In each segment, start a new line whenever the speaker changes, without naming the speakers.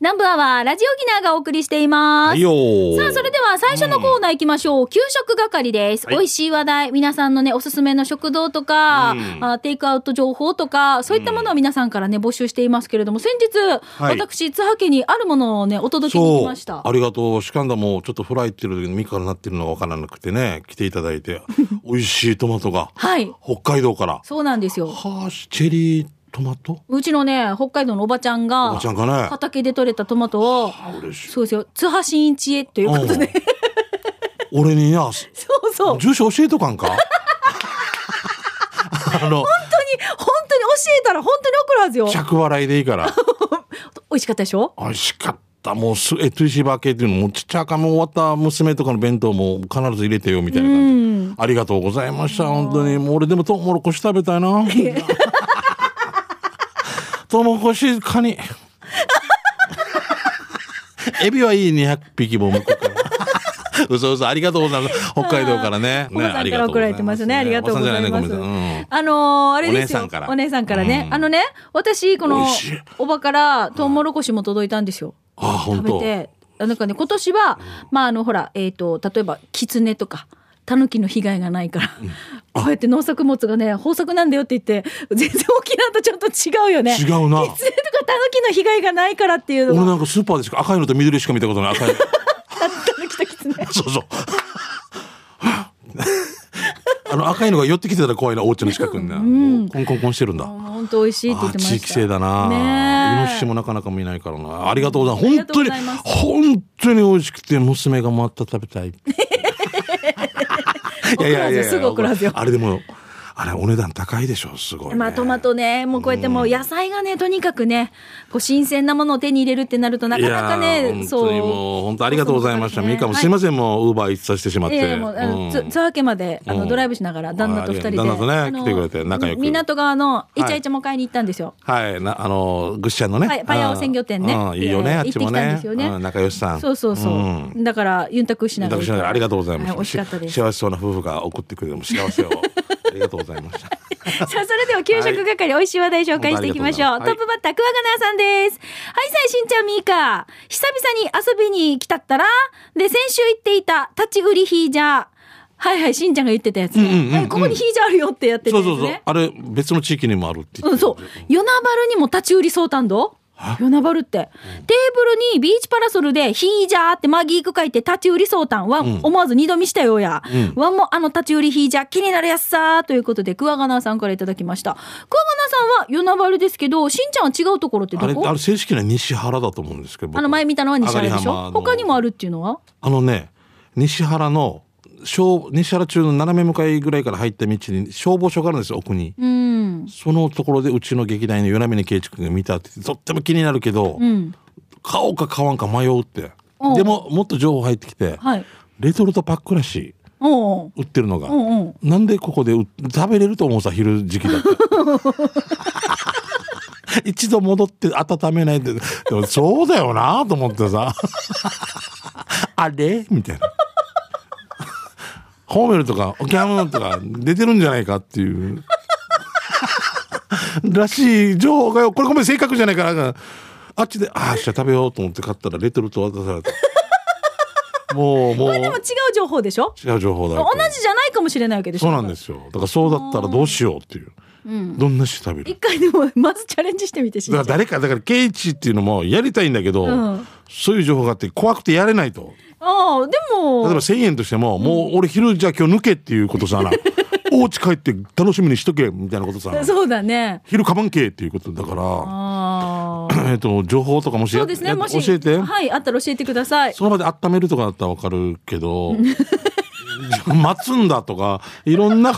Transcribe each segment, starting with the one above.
南部アワー、ラジオギナーがお送りしています。
はいよー
さあ、それでは最初のコーナー行きましょう。給食係です。
はい
美味しい話題、皆さんのね、おすすめの食堂とか、
うん
あテイクアウト情報とか、そういったものを皆さんからね、募集していますけれども、先日、
はい
私、津波家にあるものをね、お届けに来
そう
ました。
ありがとうシカンダもちょっとフライってる時にミカになってるのが分からなくてね来ていただ いて美味しいトマトが
はい。
北海道から
そうなんですよ。
はあチェリートマト
うちのね、北海道のおばちゃん
お
が
ばちゃ、んかね
畑で採れたトマトを、
あ嬉しい
そうですよ、津波新一へということで、
うん俺にな
そうそう、
住所教えとかん かあの
本当に教えたら本当に怒るはずよ。
着笑いでいいから
美味しかったでしょ
美味しかったもうすえトゥイシバー系っていうのもちっちゃい赤も終わった娘とかの弁当も必ず入れてよみたいな感じ
うん。
ありがとうございました。本当に。もう俺でもトウモロコシ食べたい な。トウモロコシ、カニ。エビはいい200匹も向くから。 嘘嘘ありがとうございます。北海道からね。
おば
ね、
さ
あ
ん
り
か
が
ら
とう
送
ご
ら
ざい
れてますね。ありがとうございます。
おばさんじゃないねごめんなさいうん
あのーあれですよ。
お姉さんから
お姉さんからね。
うん
あのね、私、こ
美
の
味しい、
おばから、トウモロコシも届いたんですよ。
あ、本
食べ
当。
て、あなんかね、今年は、まあ、あの、ほら、えっ、と、例えば、キツネとか、タヌキの被害がないから、こうやって農作物がね、豊作なんだよって言って、全然沖縄とちょっと違うよね。
違うな。
キツネとかタヌキの被害がないからっていう
俺
のが、
なんかスーパーでしか赤いのと緑しか見たことない。赤い。
タヌキとキツネ。
そうそう。あの赤いのが寄ってきてたら怖いな、お家の近くにな。もうコンコンコンしてるんだ。
本当美味しいって言ってました。
あー地域性だな、
ねえ
イノシシもなかなか見ないからなありがとうございます
ありがとうご
本当に
ざいます
本当に美味しくて娘がまた食 べたいい
すぐ送らずよ
あれでもあれお値段高いでしょすごい、ね、
まあトマトね、もうこうやってもう野菜がね、とにかくね、こう新鮮なものを手に入れるってなるとなかなか
いや
ね、
ー本当にもう本当ありがとうございました
そう
ミカもすい
はい
ません、もうウーバーイーツさせてしまって、
ええもうあの、つ
うん
ツアー家まであの、
うん
ドライブしながら旦那と二人で、
はい旦那とね
あの
来てくれて仲良く
港川のイチャイチャも買いに行ったんですよ。
はいなあのグッシャンのね、
パイパイヤオ鮮魚店ね
うんいいよね
えー
あっち
行ってきたん
もね
ですよね
うん仲良しさん
そうそうそう。
ん
だからユンタクしながら。
私はありがとうございました、
は美味しかったです。
幸せそうな夫婦が送ってくれても幸 せをありがとうございました
さあそれでは給食係、美味しい話題紹介していきましょう。
本
ト
当
ッ
ありがと
プバッター、クワガナーさんです。はい、さいしんちゃんみーか。久々に遊びに来たったら、で、先週言っていた立ち売りヒージャー。はいはい、しんちゃんが言ってたやつね。
うんうんうんうん
はいここにヒージャーあるよってやってた
そ
や
う
つね。
そうそう。あれ、別の地域にもあるって言って
うん、そう。与那原にも立ち売りそうたんど与那原って。テーブルにビーチパラソルで、ヒージャーってマギーク書いて立ち売りそうたんは、
ん
思わず二度見したようや。
うん
ワンもあの立ち売りヒージャー気になるやつさーということで、クワガナーさんからいただきました。クワガナーさんは与那原ですけど、しんちゃんは違うところって
あ
ど
れ、
こ
あ
あ
れ正式な西原だと思うんですけど。僕
の前見たのは西原でしょ
上がり浜の
他にもあるっていうのは
あのね、西原の、小西原中の斜め向かいぐらいから入った道に消防署があるんですよ、奥に。
うん。
そのところでうちの劇団員の与那峰圭一君が見たってとっても気になるけど、
うん。
買おうか買わんか迷うって
おう
でももっと情報入ってきて、
はい。
レトルトパックらしい
おう
売ってるのが、
おう。うんうん。
なんでここでう食べれると思うさ昼時期だったら 一度戻って温めないででもそうだよなと思ってさあれみたいなホーメルとかオキャムとか出てるんじゃないかっていうらしい情報がよこれごめん正確じゃないからあっちでああしゃ食べようと思って買ったらレトルト渡されたもうもう
でも違う情報でしょ
違う情報だ
同
よ
じじゃないかもしれないわけでしょ
そうなんですよ。だからそうだったらどうしようっていう。どんな種食べ
一
る
回でも、まずチャレンジしてみてしん
だ
ちゃ
から
ん。
誰か、だからケイチっていうのもやりたいんだけど、
うん
そういう情報があって怖くてやれないと。
ああ、でも。
例えば1000円としても、もう俺昼じゃあ今日抜けっていうこと さな。お家帰って楽しみにしとけみたいなことさな。
そうだね。
昼かばんけっていうことだから、
あ
えっと、情報とかもしや
そうですね。
や
もし
教えて。
はい、あったら教えてください。
その場で温めるとかだったらわかる けど、待つんだとか、いろんな、 い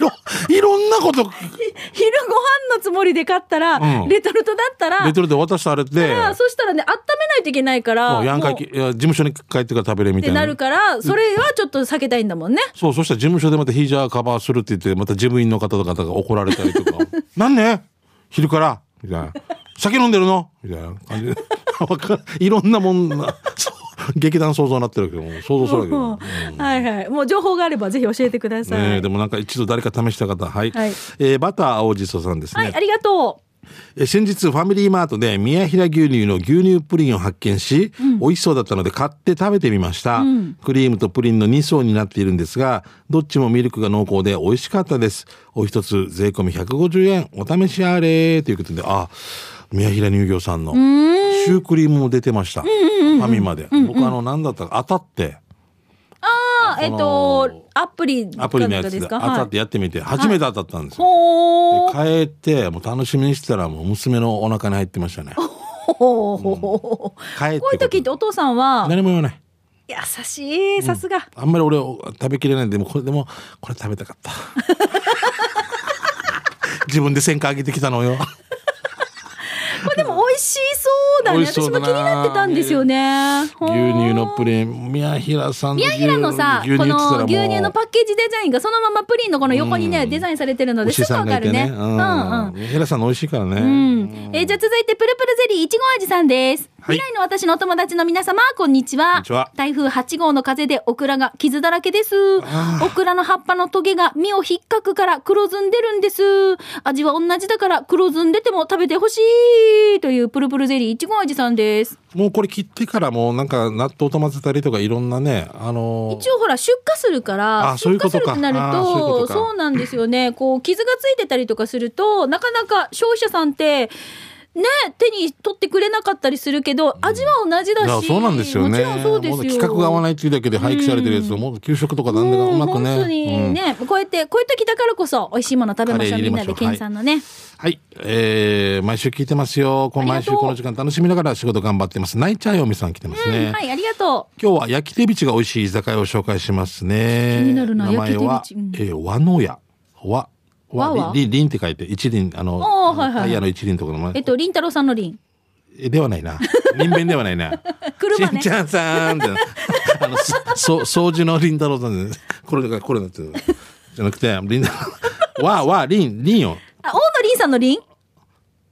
ろ、いろんなこ
昼
と
ご飯のつもりで買ったら、
うん
レトルトだったら、
レトルトで渡され て、
ああそしたらね、温めないといけないから、
もうやんかい
も
き
うっ
いや事務所に帰ってから食べれみた
て
い
な
な
るから、それはちょっと避けたいんだもんね。
そうそしたら事務所でまたヒージャーカバーするって言ってまた事務員の方とかが怒られたり とか「なんね昼から」みたいな「酒飲んでるの?」みたいな感じでわかんい ろんなもんなそう劇団想像になってるけども想像するけど、
はいはい。もう情報があればぜひ教えてください。
ねえ、でもなんか一度誰か試した方はい、
はい
えーバター青じそさんですね、
はい、ありがとう。
え先日ファミリーマートで宮平牛乳の牛乳プリンを発見し、美味しそうだったので買って食べてみました、クリームとプリンの2層になっているんですがどっちもミルクが濃厚で美味しかったですお一つ税込み150円お試しあれということであ宮平乳業さんのシュークリームも出てました、ファミマで、僕あの何だったか当たって
あ、えっと、アプリ
アプリのや
か
つ
で
です当
か。
たってやってみて初めて当たったんですよ、
ほー
帰ってもう楽しみにしてたらもう娘のお腹に入ってましたね
ほーほーほー
帰って
こういう時ってお父さんは
何も言わない
優しいさすが
あんまり俺を食べきれないんででもこれでもこれ食べたか った自分で戦果上げてきたのよ
これでも美味しそうだ
美
ね
味しそ
私
う
も
だ
気
な
になってたんですよね牛
牛乳のプリン宮平さんの
宮
牛
平のさ
牛
こ
乳って言ったらも
の
う
牛乳のパッケージデザインがそのままプリンのこの横にね、デザインされてるので
牛
すぐ
さ
わ
んが
か
いて
るね
ね
う
う
う
ん
ん
ん宮平さんの美味しいからね、
うんえーじゃあ続いてプルプルゼリーいちご味さんです、
はい
未来の私のお友達の皆様こんにちは
んにちは
台風8号の風でオクラが傷だらけです
あー
オクラの葉っぱのトゲが実を引っかくから黒ずんでるんです味は同じだから黒ずんでても食べてほしいというプルプルゼリーいちご味さんです
もうこれ切ってからもうなんか納豆と混ぜたりとかいろんなねあのー
一応ほら出荷するから
あ
出
そうい
荷
うこ
す
と
る
か
ってなる
あーそういうこととか
そうなんですよねこう傷がついてたりとかするとなかなか消費者さんってね手に取ってくれなかったりするけど味は同じだ
いや
し
そうなんですよ
も
ね
ちろんそうですよ
規格が合わないっていうだけで廃棄されてるやつをもう給食とかなんでかうまくね
うん本当に
うん
ね、こうやってこういう時だからこそ美味しいもの食べましょ
カレー
うみ
入れ
ん
ま
な
しょ
で
う
ケンさんのね、
はい、えー、毎週聞いてますよ。この
ありが
毎
と
週
う
この時間楽しみながら仕事頑張ってます。泣いちゃうよみさん来てますね。
はいありがと
今日は焼き手びちが美味しい居酒屋を紹介しますね。
気になるな
名前は
焼き手びち
えー、和の屋。和。
和は
りりりんって書いて、一輪、あの、
あーはいはいはい
タイヤの一輪とかの
う
名
えっ
前。
とりんたろうさんのりん
え、ではないな。人弁ではないな。
車
しん
ね
ちゃん さんって。あの、そ、掃除のりんたろうさんです。これだから、これだって。じゃなくて、りんたろう。和、和、りん、りんよ。
あ大野りんさんのりん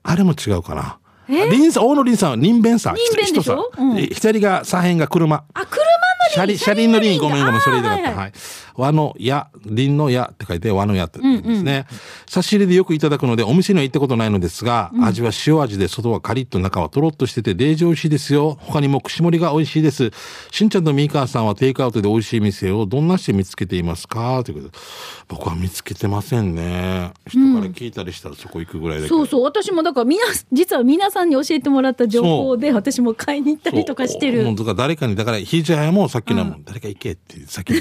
あれも違うかな。リンさん、大野リンさんは人弁さ。
人弁でしょ
人さん
うん
え左が左辺が車。
あ車の
車輪、車輪の輪、ごめんごめん、それでな
あーはい
かった。
はい
はい。和の矢、輪の矢って書いて、和の矢って言うんですね。差し入れでよくいただくので、お店には行ったことないのですが、味は塩味で、外はカリッと中はトロッとしてて、デージ美味しいですよ。他にも串盛りが美味しいです。しんちゃんとみーかーさんはテイクアウトで美味しい店をどんなして見つけていますかということで、僕は見つけてませんね。人から聞いたりしたらそこ行くぐらいだけど。
そうそう私もだからみな実は皆さんに教えてもらった情報で私も買いに行ったりとかして
そう
る
もうだから誰かにだからひいちゃんもさっきのも、誰か行けってさ っきの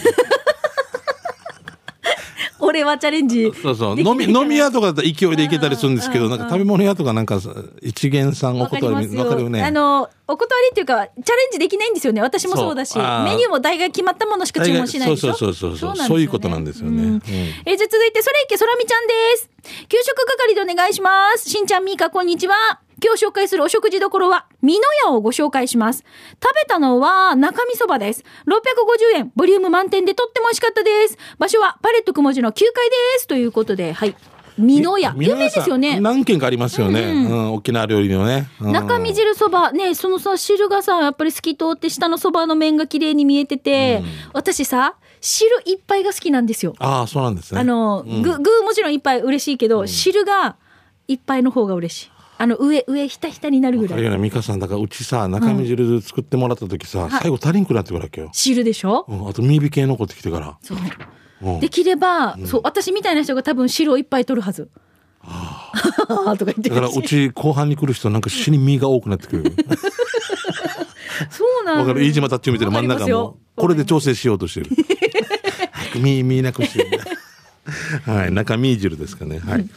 俺はチャレンジ
そうそう飲み飲み屋とかだったら勢いで行けたりするんですけど、なんか食べ物屋とかなんかさ一元さんお
わかりま
断
す
り
よ
わかるよ
あ
ね
のお断りっていうかチャレンジできないんですよね私もそうだし
そうあー
メニューも大概決まったものしか注文しないでしょ
大概そうそうそうそうそう
なんですよね
そういうことなんですよねうん
えーじゃあ続いてそれいけそらみちゃんです給食係でお願いしますしんちゃんみーかこんにちは今日紹介するお食事どころは、美濃屋をご紹介します。食べたのは、中身そばです。650円、ボリューム満点でとっても美味しかったです。場所は、パレットくもじの9階です。ということで、はい。美濃屋。
み
有名で
さん
すよね。
何軒かありますよね、うん沖縄料理のね、うん
中身汁そばねそのさ汁がさやっぱり透き通って下のそばの麺が綺麗に見えてて、私さ汁いっぱいが好きなんですよ。
ああそうなんですね
あの、具具もちろんいっぱい嬉しいけど、汁がいっぱいの方が嬉しい。あの上上ひたひたになるぐ
あ
ら
れ
い
よね美香さんだからうちさ中身汁作ってもらった時さ、最後足りんくなってくるわけよ、
汁でしょ。
うん、あと身引き残ってきてから、
そう
うん
できれば、そう私みたいな人が多分汁をいっぱい取るはず。あ とか言って
だから
るし
うち後半に来る人なんか死に身が多くなってくる。
そうなの
わかる飯島タッチみたいな真ん
わかり
中
ますよ
も。これで調整しようとしてる。早く身、身なくしてる。 はい、中身汁ですかね。はい。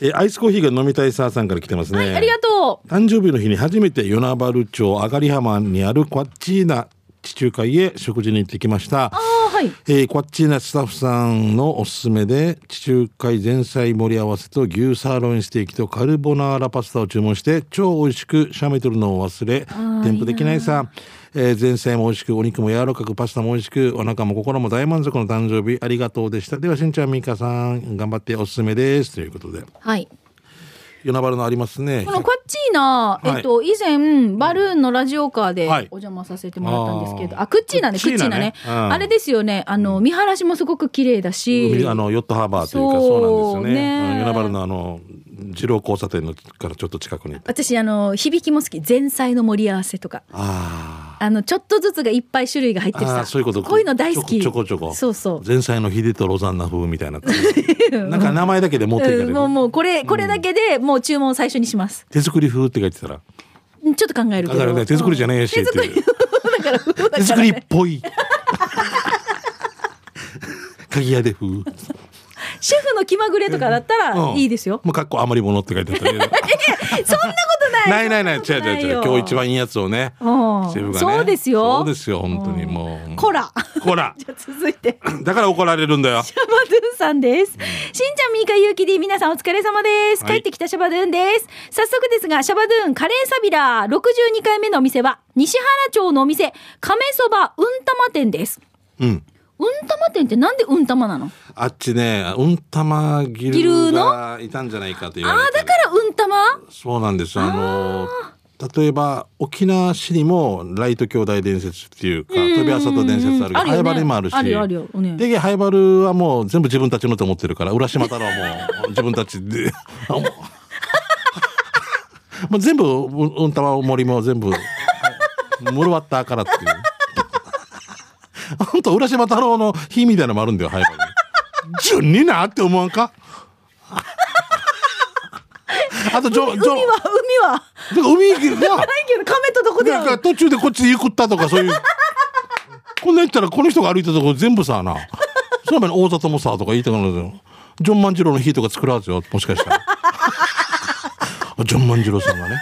え、アイスコーヒーが飲みたいさーさんから来てますね。
はいありがとう。
誕生日の日に初めて与那原町上がり浜にあるコッチーナ地中海へ食事に行ってきました。
ああはい。
えー、こっちなスタッフさんのおすすめで地中海前菜盛り合わせと牛サーロインステーキとカルボナーラパスタを注文して超美味しくシャメとるのを忘れ添付できないさえー前菜も美味しくお肉も柔らかくパスタも美味しくお腹も心も大満足の誕生日ありがとうでしたではしんちゃんみーかさん頑張っておすすめですということで
はい。
与那原のありますね
このカッチーナ、
はい
えっと、以前、バルーンのラジオカーで
はい
お邪魔させてもらったんですけど、あ、クッチーナね、ク
ク
ッ
ッ
チ
チ
ー
ー
ナ
ナ
ね
ね。うん
あれですよね、あの、見晴らしもすごく綺麗だし、
海あのヨットハーバーというかそうなんですよね。
そうね
うん与那原のあの二郎交差点のからちょっと近くにいて
私あの響きも好き前菜の盛り合わせとか
あ
あのちょっとずつがいっぱい種類が入ってる
あ
さ
あそういうこと
こういうの大好き
ちょこちょこちょこ
そうそう
前菜の秀とロザンナ風みたいななんか名前だけで持っていかれ
うん、
る、
もうもうこれこれだけでもう注文最初にします、
手作り風って書いてたら
うんちょっと考えるけ
だから
ど
ね手作りじゃねえし
手作
っ
り
てい
だ
う
からだから
手作りっ ぽい鍵屋で風
シェフの気まぐれとかだったら
うん
いいですよ、
もうかっこ余り物って書いてあった
そ
ね
んなことない
ないないない違う違う違う今日一番いいやつをね
番
シェフがね
そうですよ
そうですよ本当にもう
こ ら
こら
じゃあ続いて
だから怒られるんだよ
シャバドゥンさんです。しんちゃん、みーか、ゆうきり、皆さんお疲れ様です。
はい
帰ってきたシャバドゥンです。早速ですが、シャバドゥンカレーサビラー62回目のお店は、西原町のお店、亀そばうんたま店です。
うん
うんたま店ってなんでうんたまなの
あっちねうんたまギ
ギ
ル
ル
がいたんじゃないかと言
あ
わ
あ、
れて
だ
る
からうんたま
そうなんですあの例えば沖縄市にもライト兄弟伝説っていうか飛び朝と伝説あるけど
あるよね
灰原にもあるし
あるよあるよね
で灰原はもう全部自分たちのと思ってるから浦島太 郎も自分たちで あもうもう 全部ううんたま森も全部もろわったからっていう本当浦島太郎の日みたいなのもあるんだよ灰原に順になって思わんかあとじょ
海
じょ
は、海は。
だから海行けるな。
ないけど、亀とどこで
なんか途中でこっちで行くったとかそういう。こんなん言ったらこの人が歩いたところ全部さな。その前に大里もさとか言いたくなるよ。ジョン万次郎の日とか作るはずよ。もしかしたら。ジョン万次郎さんがね。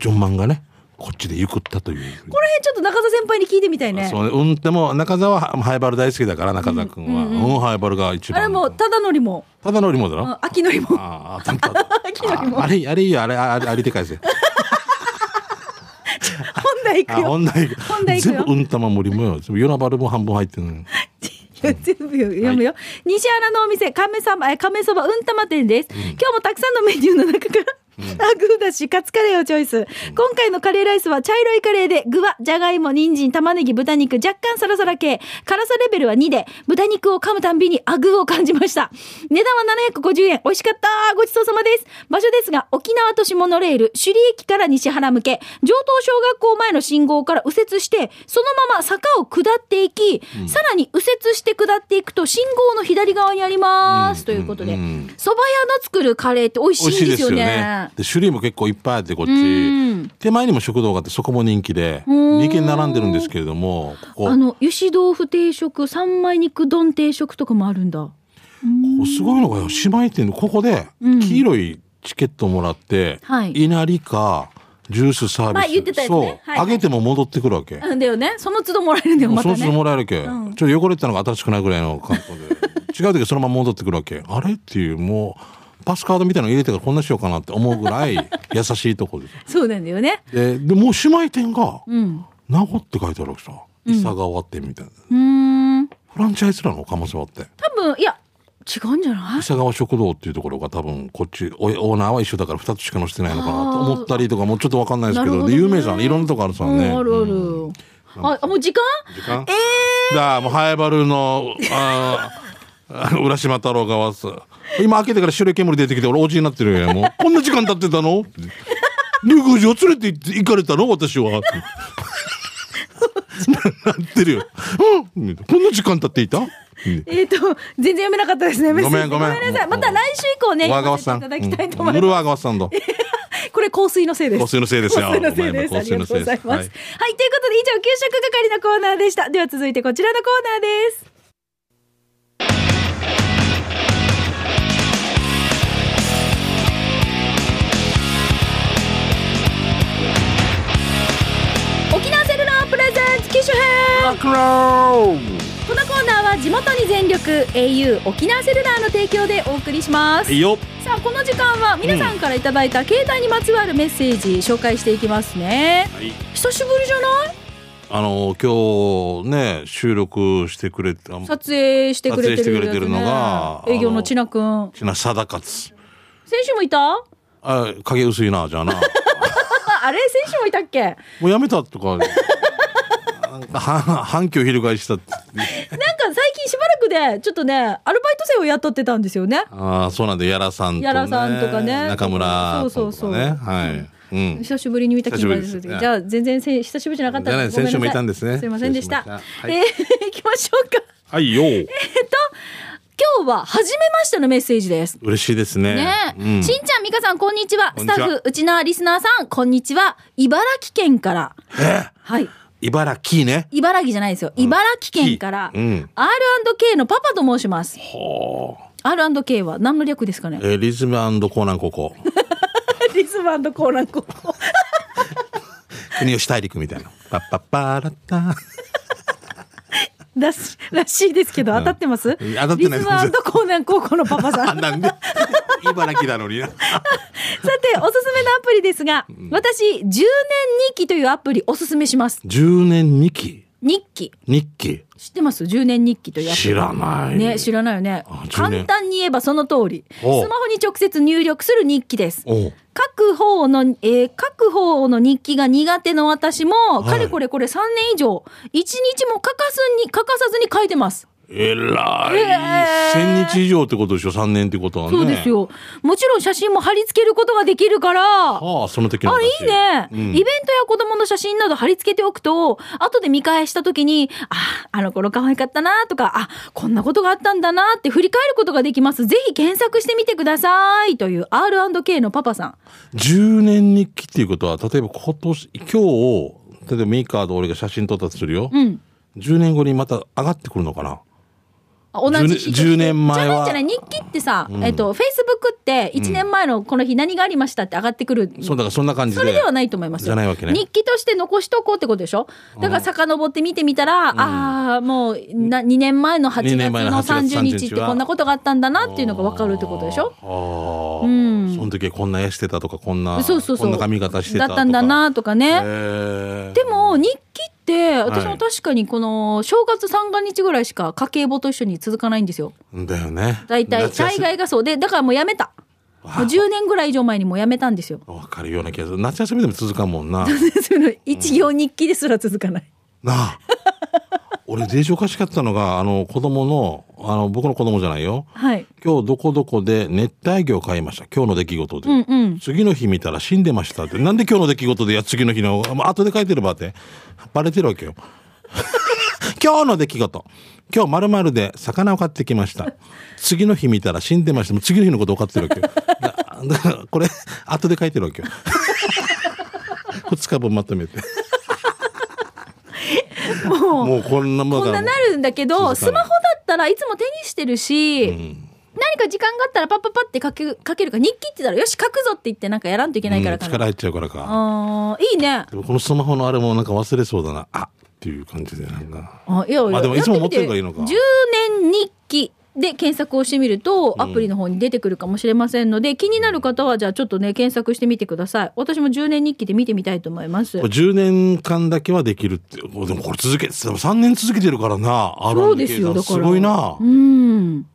ジョン万がね。こっちで行くったという。
これちょっと中田先輩に聞いてみたいね。
そうね。うんでも中澤はハイバル大好きだから中澤君は。うん、ハイバルが一
あ
番。
れも、ただのりも、
ただのりもだろ。
あ秋のりも。
ああ、たた
秋のりも
ああれ、あれいいよ、あれ、あれ、あれでか いぜ。
本題行
あ、
くよ。
本題
本題。行く
全
よ
部うんたま森もよ。全部夜なばるも半分入ってるのに。
いや全部読むよ、西原のお店亀さばえ亀そばうんたま店です、今日もたくさんのメニューの中から、 あグーだしカツカレーをチョイス、今回のカレーライスは茶色いカレーで具はじゃがいも人参玉ねぎ豚肉若干サラサラ系辛さレベルは2で豚肉を噛むたんびにあグーを感じました値段は750円美味しかったごちそうさまです場所ですが沖縄都市モノレール首里駅から西原向け上東小学校前の信号から右折してそのまま坂を下っていき、さらに右折して下っていくと信号の左側にあります、ということで
うんうん
そば、屋の作るカレ ーって美味しいんですよね
で、種類も結構いっぱいあって、こっち
うん。
手前にも食堂があって、そこも人気で、
ん
2軒並んでるんですけれども、ここ
あ、の油脂豆腐定食三枚肉丼定食とかもあるんだ
ここすごいのがよ、姉妹店で、ここで、
うん
黄色いチケットもらって、
はい
稲荷か、ジュースサービス。
前言ってたやつね
そう、
はいはい
あげても戻ってくるわけ。
うんだよねその都度もらえるんだ よま
そ
た
のつ
ね
もらえるけ、
うん
ちょっと汚れてたのが新しくないぐらいの格 好で違う時はそのまま戻ってくるわけあれっていうもうパスカードみたいなの入れてからこんなしようかなって思うぐらい優しいとこです
そうなんだよね
ででもう姉妹店が
うん
「名護」って書いてあるわけさ「伊佐川」ってみたいな、
うーん
フランチャイズなのかませばって
多分いや違うんじゃない
伊佐川食堂っていうところが多分こっちおオーナーは一緒だから2つしか載せてないのかなと思ったりとかもうちょっと分かんないですけど
なるほど
で
ね
有名じゃんいろんなとこあるさ
うん
ね、
あるある、ああもう時間
時間ええだからもうハエバルのあーあの浦島太郎がわす今開けてから白い煙出てきて俺おじいになってるよもうこんな時間経ってたのって竜宮城連れて行って行かれたの私はなってるよ、うん、こんな時間経っていた、うん
えっ、と 全然読めなかったですねメッセージ
ごめんごめん
ごめんなさいまた来週以降ね
和
読ま
川
せて
さ
い
ん
ただきたいと
う
思
ん
い
ぬる
ます、
和川さんだ
これ香水のせいです
香水のせいで すよ
香水のせいですあ
お前も香
りが
水
と
の
うご
せいです
ざいますはい、
はい
ということで以上給食係のコーナーでしたでは続いてこちらのコーナーです沖縄セルラープレゼンツ機種編
マクロー
このコーナーは地元に全力 au 沖縄セルラーの提供でお送りします
いいよ
さあこの時間は皆さんからいただいた携帯にまつわるメッセージ紹介していきますね
はい
久しぶりじゃない
あの今日ね収録してくれてあ
撮影してくれてるやつね
撮影してくれてるのが
営業のちなくん
しなさだかつ
選手もいたあ
あ影薄いなじゃ あな
あれ選手もいたっけ なんか
もうやめたとかなんか反反響翻したって
最近しばらくでちょっとねアルバイト生を雇ってたんですよね。
ああ、そうなんだ。やらさんと、ね。
屋良さんとかね
中村とか、ね。
そうそうそう
はい。うん。
久しぶりに見た気がす
久しぶ
る。
りです
じゃあ全然せ久しぶりじゃなかった
じゃない
ごめんなさ
先週もいたんですね
すいませんでした。
失礼しました
えー行きましょうか。
はいよ。
今日は初めましてのメッセージです。
嬉しいですね。
ねえ、
うん。
しんちゃん、みかさん、こんにちは。
こん
ス
に
タ
ちは
ッフ、うちなーリスナーさん、こんにちは。茨城県から。はい。
茨城ね。
茨城じゃないですよ。茨城県から、
うん
R&K のパパと申します。
ほー
R&K は何の略ですかね
えー、リズムコーナンここ。
リズムコーラン高校。
国吉大陸みたいな。パッパッパーラッタ
らしらしいですけど、当たってます、
うん当たってない
リズムコーナン高校のパ パさん。
あ、
さて、
なんで茨城なのにな。
おすすめのアプリですが、私、10年日記というアプリおすすめします。
10年2期
日記。
日記
知ってます ?10 年日記というアプリ。
知らない。
ね、知らないよね
あ。10
簡
年
単に言えばその通り。スマ
おう
ホに直接入力する日記です。
おう
各方の、えー各方の日記が苦手の私も、
い
かれこれこれ3年以上、1日も欠かすに、欠かさずに書いてます。
えらい、
えー
1000日以上ってことでしょ ?3 年ってことはね。
そうです。よ。もちろん写真も貼り付けることができるから、
ああ、その時の
あ
話
れいいね、
うん
イベントや子供の写真など貼り付けておくと、後で見返した時に、あ、あの頃可愛かったなとか、あ、こんなことがあったんだなって振り返ることができます。ぜひ検索してみてください。という R&K のパパさん。
10年日記っていうことは、例えば今年、今日、例えばメーカーと俺が写真撮ったとするよ。
うん。
10年後にまた上がってくるのかな
あ同じ日として
10年前
じ
は
ゃないじゃない日記ってさ、えっとフェイスブックって1年前のこの日何がありましたって上がってくる、
そう、だからそんな感じで。
それではないと思いますよ
じゃないわけね
日記として残しとこうってことでしょだから遡って見てみたら、ああもうな2年前の8月
二年前の
の
8月
30日って
30日は
こんなことがあったんだなっていうのが分かるってことでしょ
ああ、
ん
その時はこんな絵してたとか、こんな、
そうそうそう
こんな髪型してた
だ
とか。
ったんだなとかね、
へー。
でも日記って私
は
も
い
確かにこの正月三が日ぐらいしか家計簿と一緒に続かないんですよ
だよね。
大体
夏休
大概がそうでだからもうやめたもう
あ
10年ぐらい以上前にもうやめたんですよ
わかるような気がする。夏休みでも続かんもんな。な
その一行日記ですら続かない、
あ。俺、デージおかしかったのが、あの、子供の、あの、僕の子供じゃないよ。
はい
今日どこどこで熱帯魚を買いました。今日の出来事で。
うんうん
次の日見たら死んでましたって。なんで今日の出来事でや次の日の、まあ後で書いてればって。バレてるわけよ。 今日の出来事。今日〇〇で魚を買ってきました。次の日見たら死んでました。もう次の日のことを買ってるわけよ。だだからこれ、後で書いてるわけよ。2日分まとめて。
もう
もうこんなもん
こんな
だ
な
から
るんだけど
続
ス
かな
マ
い
ホだったらいつも手にしてるし、何か時間があったらパッパッパって書ける書けるから日記って言ったらよし書くぞって言ってなんかやらんといけないか
う
ら
ん
か
力
な、
入っちゃうからか。
あーいいね
でもこのスマホのあれもなんか忘れそうだな。あっていう感じでなんか。
あいやいや
あでもいつも持ってるからいいのか
やってみて10年日記で検索をしてみるとアプリの方に出てくるかもしれませんので、気になる方はじゃあちょっとね検索してみてください私も10年日記で見てみたいと思います
これ10年間だけはできるって。おでもこれ続け、3年続けてるからな。
そうですよ
R&K
だから
すごいな
う。ん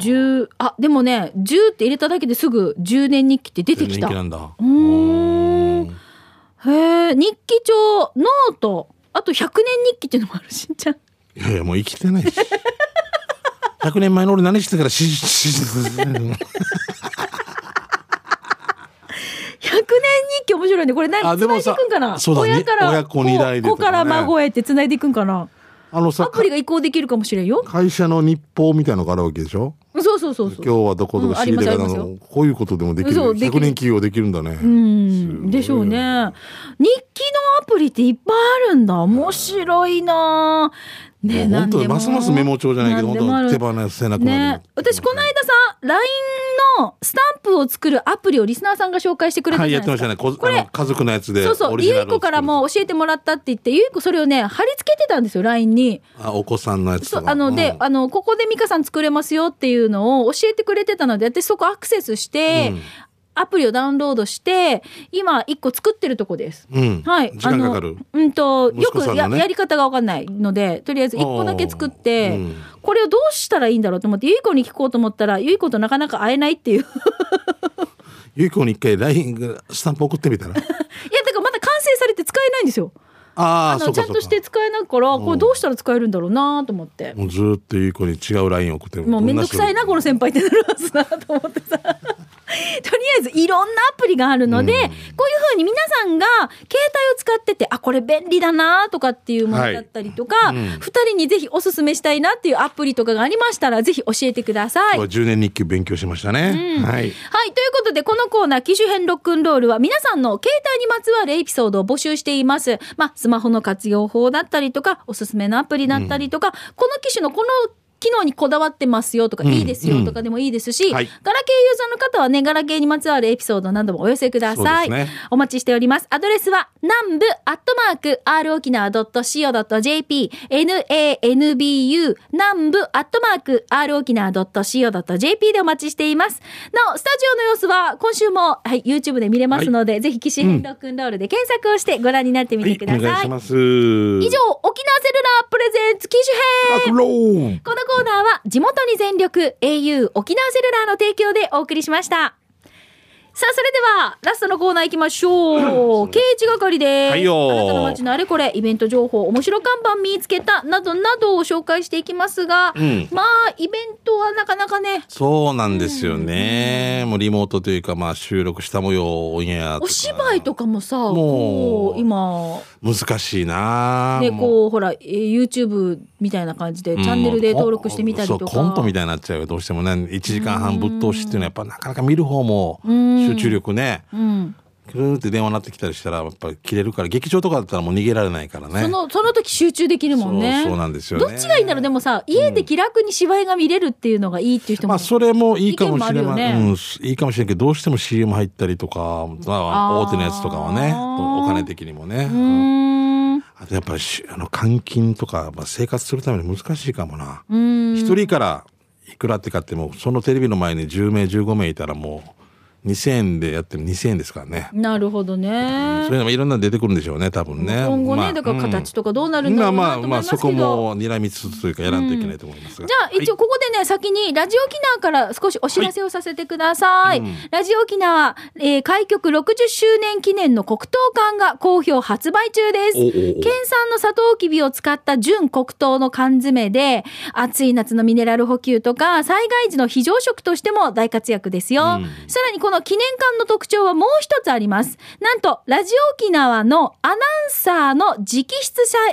10あでもね10って入れただけですぐ10年日記って出てき
人
た
気なんだ。
うーんへえ日記帳ノートあと100年日記っていうのもあるしんちゃん
いやいや、もう生きてないし。100年前の俺何してたからし、し、し、
100年日記面白いねこれ
あ
何
で
繋
も
いでい
さ
くんかな
そうだね
親から
親子二代で
子子
とかね
から孫へって繋いでいくんかな
あの
ア
さ、
プリが移行できるかもしれんよ
会社の日報みたいのがあるわけでしょ
そうそうそうそう
今日はどこどこ仕入
う
れ
んあり
方
ますあり
の、こういうことでもできる。
そうできる
100年企業できるんだね。
うんでしょうね日記のアプリっていっぱいあるんだ面白いなあね
もう
なん
本
で
当
も
ますますメモ帳じゃないけど、
んでもあ
本
る
当手放せなくなる
ね。、私この間さ LINE のスタンプを作るアプリをリスナーさんが紹介してくれた
はい、
じ
や
ゃ
っ
な
て
い
ま
で
し
す
た
か
ね。こあの家族のやつで。
そうそ
オ
う
リジ
ゆ
ナ
い
ルを作
こ
る
からも教えてもらったって言ってゆいこそれをね貼り付けてたんですよ LINE に。
あ、お子さんのやつ
そ
と
う
か。
あので、あのここで美香さん作れますよっていうのを教えてくれてたので私そこアクセスして、
うん
アプリをダウンロードして今一個作ってるとこです。
うん、うん。
はい、
時間かかる。
あのうんと
息
よ
子
く
さんのね
や,、やり方が分かんないのでとりあえず1個だけ作って、
おーうん
これをどうしたらいいんだろうと思ってゆい子に聞こうと思ったらゆい子となかなか会えないっていう いやだか
ゆいこに一回 LINE がスタンプ送ってみたら。
らまだ完成されて使えないんですよ。あ
あー
の
そう
ち
か
ゃんとして使えないからこれどうしたら使えるんだろうなと思って。
もうずーっといい子に違うライン送って
もうめんどくさいな、この先輩ってなるはずだなと思って さ。とりあえずいろんなアプリがあるので、こういうふうに皆さんが携帯を使ってて、あ、これ便利だなとかっていうものだったりとか、二、人にぜひおすすめしたいなっていうアプリとかがありましたら、ぜひ教えてください。
は10年日記勉強しましたね、はい
はい。ということで、このコーナー、機種編ロックンロールは、皆さんの携帯にまつわるエピソードを募集しています。まあ、スマホの活用法だったりとか、おすすめのアプリだったりとか、この機種のこの、機能にこだわってますよとか、いいですよとかでもいいですし、
はい
ガラケーユーザーの方はね、ガラケーにまつわるエピソードなどもお寄せください。
そうですね
お待ちしております。アドレスは、南部アットマーク、r 沖縄 .co.jp、nanbu、南部アットマーク、r 沖縄 .co.jp でお待ちしています。なお、スタジオの様子は、今週も、はい、YouTube で見れますので、ぜひ、岸編ロックンロールで検索をしてご覧になってみ
は
て
い
く
お
ださい。
願いしま
以
す以
上、沖縄セルラープレゼンツ、機種編
アクロー
このコーナーは地元に全力 au 沖縄セルラーの提供でお送りしました。さあ、それでは、ラストのコーナー行きましょう。刑事係です。
はいよー
あなたの街のあれこれ、イベント情報、面白看板見つけた、などなどを紹介していきますが、
ん
まあ、イベントはなかなかね、
そうなんですよね、もうリモートというかまあ収録した模様をオンエアとか
お芝居とかもさ、
う
こう、今、
難しいな
ね、
もう
こう、ほら、えー YouTube みたいな感じで、チャンネルで登録してみたりとか。
うんそうコントみたいになっちゃうよどうしてもね1時間半ぶっ通しっていうのはやっぱなかなか見る方も集中力ね
うん。
くるって電話なってきたりしたらやっぱ切れるから劇場とかだったらもう逃げられないからね
その、その時集中できるもんね。
そうそうなんですよね
どっちがいいんだろうでもさ、家で気楽に芝居が見れるっていうのがいいっていう人も。
まあそれもいいかもしれ
意見もあ
な
る
い、
よね
うん、すいいかもしれないけどどうしても CM 入ったりとか、まあ、
あー
大手のやつとかはねお金的にもね、
うーん。
あとやっぱりしあの換金とか、まあ、生活するために難しいかもな
うーん。
一、人からいくらって買ってもそのテレビの前に10名15名いたらもう2,000円でやっても2,000円ですからね、
なるほど
そうい
ね。
うのもいろんなの出てくるんでしょうね多分ね
今後ね、だから
うん
形とかどうなるんだろうな
まあ
と思
まあ
い
ま
ま
あ
す
そ
け
こ
ど。
も睨みつつというかやらんといけないと思いますが、
じゃあ一応ここでね、先にラジオ沖縄から少しお知らせをさせてください。ラジオ沖縄、えー開局60周年記念の黒糖缶が好評発売中です。
おおお
県産のサトウキビを使った純黒糖の缶詰で、暑い夏のミネラル補給とか、災害時の非常食としても大活躍ですよ。さらにこの記念館の特徴はもう一つあります。なんと、ラジオ沖縄のアナウンサーの直筆写、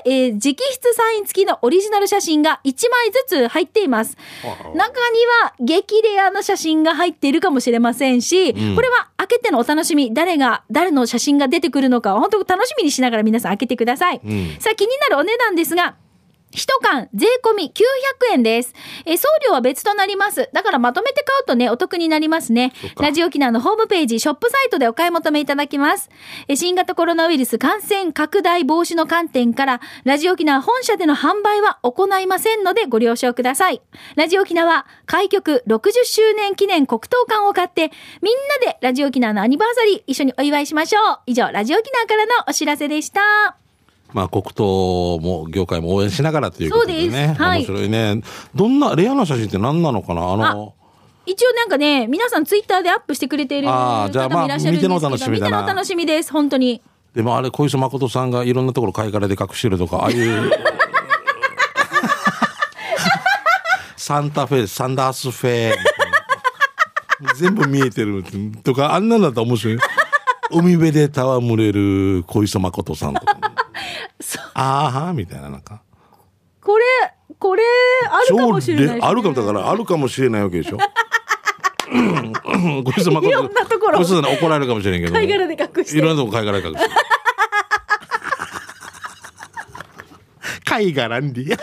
えー直筆サイン付きのオリジナル写真が1枚ずつ入っています。 中には激レアな写真が入っているかもしれませんし、これは開けてのお楽しみ、誰が、誰の写真が出てくるのか、本当楽しみにしながら皆さん開けてください。
ん
さあ気になるお値段ですが、一缶税込み900円です。えー送料は別となります。だからまとめて買うとね、お得になりますね
っ。か
ラジオ沖縄のホームページ、ショップサイトでお買い求めいただきます。えー新型コロナウイルス感染拡大防止の観点から、ラジオ沖縄本社での販売は行いませんのでご了承ください。ラジオ沖縄開局60周年記念黒糖缶を買って、みんなでラジオ沖縄のアニバーサリー一緒にお祝いしましょう。以上、ラジオ沖縄からのお知らせでした。
まあ、黒糖も業界も応援しながらということでね
そうですはい
面白いねどんなレアな写真って何なのかなあの
一応なんかね、皆さんツイッターでアップしてくれている
あ
方
ーじゃあ
もいらっしゃるんですけど、
まあ見てのお楽しみだな
見てのお楽しみです、本当に。
でもあれ小磯誠さんがいろんなところ貝殻で隠してるとかああいうサンタフェサンダースフェ全部見えてるとかあんなんだったら面白い海辺で戯れる小磯誠さんとかあーはーみたいななんか
これ、これ、あるかもしれない、
超レあるかもだからあるかもしれないわけでしょ。うんごちそうさま
いろんなところ
ごちそうさま怒られるかもしれんけど。
貝殻で隠して
いろんなとこ貝殻 で隠して。貝殻に。で、そ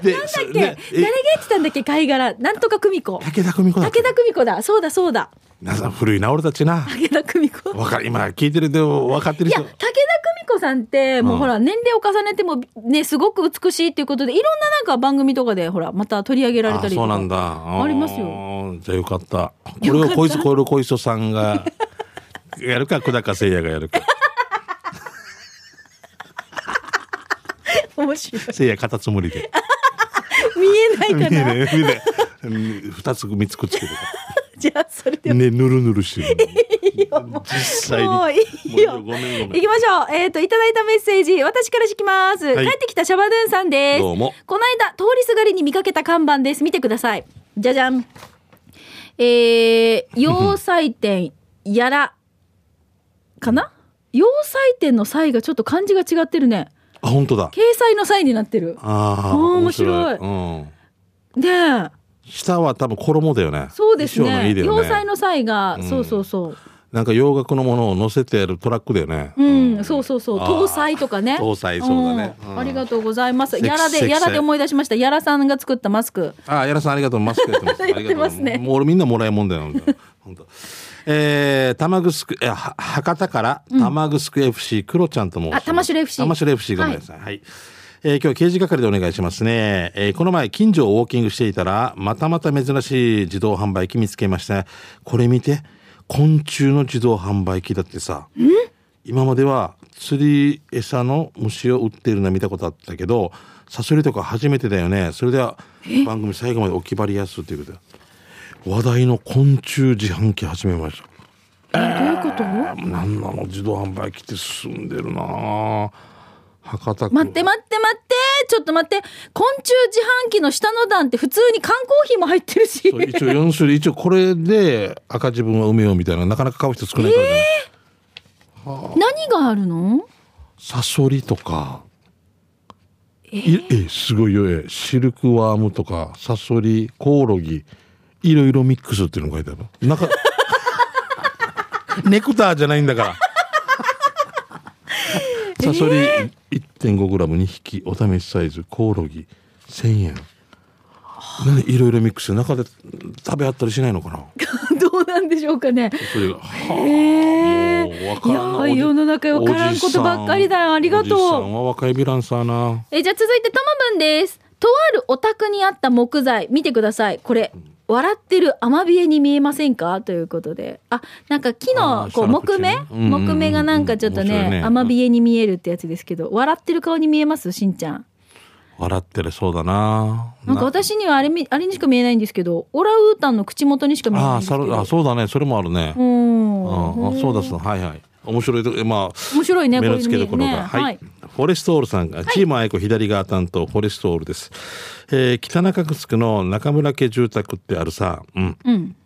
で誰が
でえ
言ってたんだっけ、貝殻。なんとか久美子。武
武田久美子だ。
田久美子だ。そうだ、そうだ。
皆さん古いな俺たちな。
武田久美子。
わか今聞いてるで分かってる
いや、
人
武。田久美子さんって、もうほら、年齢を重ねても、ね、すごく美しいっていうことで、いろんななんか番組とかで、ほら、また取り上げられた
あ
りと
そ
か。
うなんだ。あ
ります
よ。じゃあよかった。これを小磯これを小磯さんがやるか久高誠也がやるか。
面白い。
誠也片つもりで。
見えない
見
か
え
な。
ねえ見えねえうん二つ三つくっつけて
じゃあ、それでは
ねぬるぬるしてる
いよもう
実際に
もういいよ
もうごめんごめん
行きましょうえっ、といただいたメッセージ私からしきます、
はい
帰ってきたシャバドゥンさんです
どうも
この間通りすがりに見かけた看板です見てくださいじゃじゃん えー、要塞店やらかな要塞店の際がちょっと漢字が違ってるね
あ本当だ
掲載の際になってる
ああ
ー面白い
うん
ねえ
下は多分衣だよね
そうです
衣装の
ね
いいだよ
要塞
ね
の際が、
うん
そうそうそう
なんか洋楽のものを乗せてやるトラックだよね
うん、そうそうそう、
あー
搭載とかね。
搭載そうだね
うん
うん
ありがとうございます。
セク
やら
セ
で、
ク
やらで思い出しました。やらさんが作ったマスク。
あ、やらさんありがとう。マスクやってます。
やってますね
ありがとうもう俺みんなもらいもんだよ。本当本当。えー、玉ぐすく、いや、は博多から玉ぐすく FC、クロちゃんと申します。
あ玉城 FC
玉城 FC ごめんなさい。はい。えー今日は刑事係でお願いしますね。えーこの前近所をウォーキングしていたら、またまた珍しい自動販売機見つけました。これ見て、昆虫の自動販売機だってさ。今までは釣り餌の虫を売ってるのは見たことあったけどサソリとか初めてだよねそれでは番組最後までお決まりやすということで話題の昆虫自販機始めました
えどういうこと。
何なの自動販売機って進んでるなあ博多区
待って待って待って、ちょっと待って。昆虫自販機の下の段って普通に缶コーヒーも入ってるし。
そう一応4種類一応これで赤字分は埋めようみたいななかなか買う人少ないからね、
何があるの。
サソリとかいえすごいよえシルクワームとかサソリコオロギいろいろミックスっていうのが書いてあるのなんかネクターじゃないんだからサソリ1.5グラム2匹お試しサイズコオロギ1000円なんでいろいろミックス中で食べ合ったりしないのかな
どうなんでしょうかね。
それが
へ
もう
え
わからんない
や、世の中わからんことばっかりだよ。ありがとう。
おじさんは若いヴィランサーな
えじゃあ続いてトマブンですとあるお宅にあった木材見てくださいこれ笑ってるアマビエに見えませんかということであなんか木
あ
の
ー
こう
シャー
木
プチェ
目
ーンうんうんうん
木目がなんかちょっと
面白い
ね
ね
アマビエに見えるってやつですけど笑ってる顔に見えますしんちゃん
笑ってるそうだな
なんか私にはあれみあれにしか見えないんですけどオランウータンの口元にしか見えない
あ
ん
あ
ですけ
サ
ど
ルあそうだねそれもあるね
う
うんんあそうだそうだはいはい面白いとこえまあ
面白いね
目
こ
の
れ
付けどころが、
ね
はい、フォレストオールさんがチーム愛子左側担当、フォレストオールです、えー北中城の中村家住宅ってあるさ、うん、
うん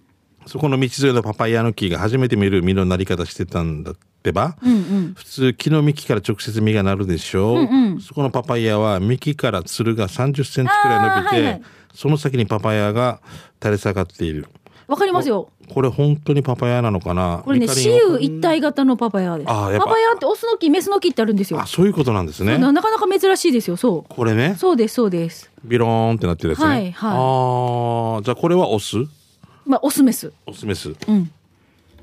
そこの道沿いのパパイヤの木が初めて見る実のなり方してたんだってば、
うんうん
普通木の幹から直接実がなるでしょう、
んうん
そこのパパイヤは幹からつるが3 0センチくらい伸び
あーは
て、
いはい
その先にパパイヤが垂れ下がっている
わかりますよ
これ本当にパパイヤなのかな
これね
リカリ
雌
ン
雄一体型のパパイヤです
あ
パ
ーやっぱ
パイヤってオスの木メスの木ってあるんですよ
あそういうことなんですね
ななかなか珍しいですよ。そ
これね
う。そうです、そうです。
ビローンってなってるやつね、
はいはい
あーじゃあこれはオス
まあ、オスメス。
オスメス
うん。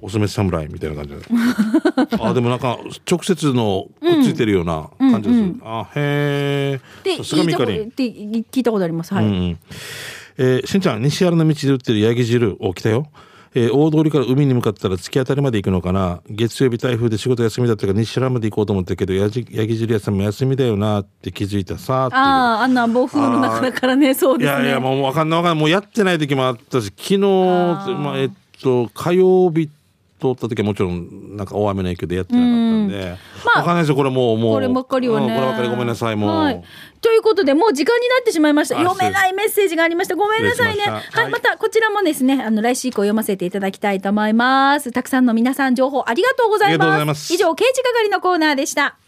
オスメス侍みたいな感じだ あでもなんか直接のくっついてるような感じがする、あへ
で、
え
い
さ
い
す
と
が
こ
ミカ
っ
リン
て聞いたことあります。はい。
うんうんえーしんちゃん西原の道で売ってるヤギ汁お来たよ、えー大通りから海に向かったら突き当たりまで行くのかな月曜日台風で仕事休みだったから西原まで行こうと思ったけどヤギヤギ汁屋さんも休みだよなって気づいたさーっていう
ああ、あんな暴風の中だからね、そう
い
ですね。
やいやもう分かんない分かんないもうやってない時もあったし昨日まあ、えっと火曜日通った時はもちろんなんか大雨の影響でやってなかったんで、
まあ
分かんないですよこれもうもう
こればっかりはね、
うんこればっかりごめんなさいもう、
はい、ということでもう時間になってしまいました
あ
読めないメッセージがありましたごめんなさいね
失礼しました
はい、
はい
またこちらもですねあの来週以降読ませていただきたいと思いますたくさんの皆さん情報ありがとうござい
ありがとう
ま
ご
す
ざいます
以上刑事係のコーナーでした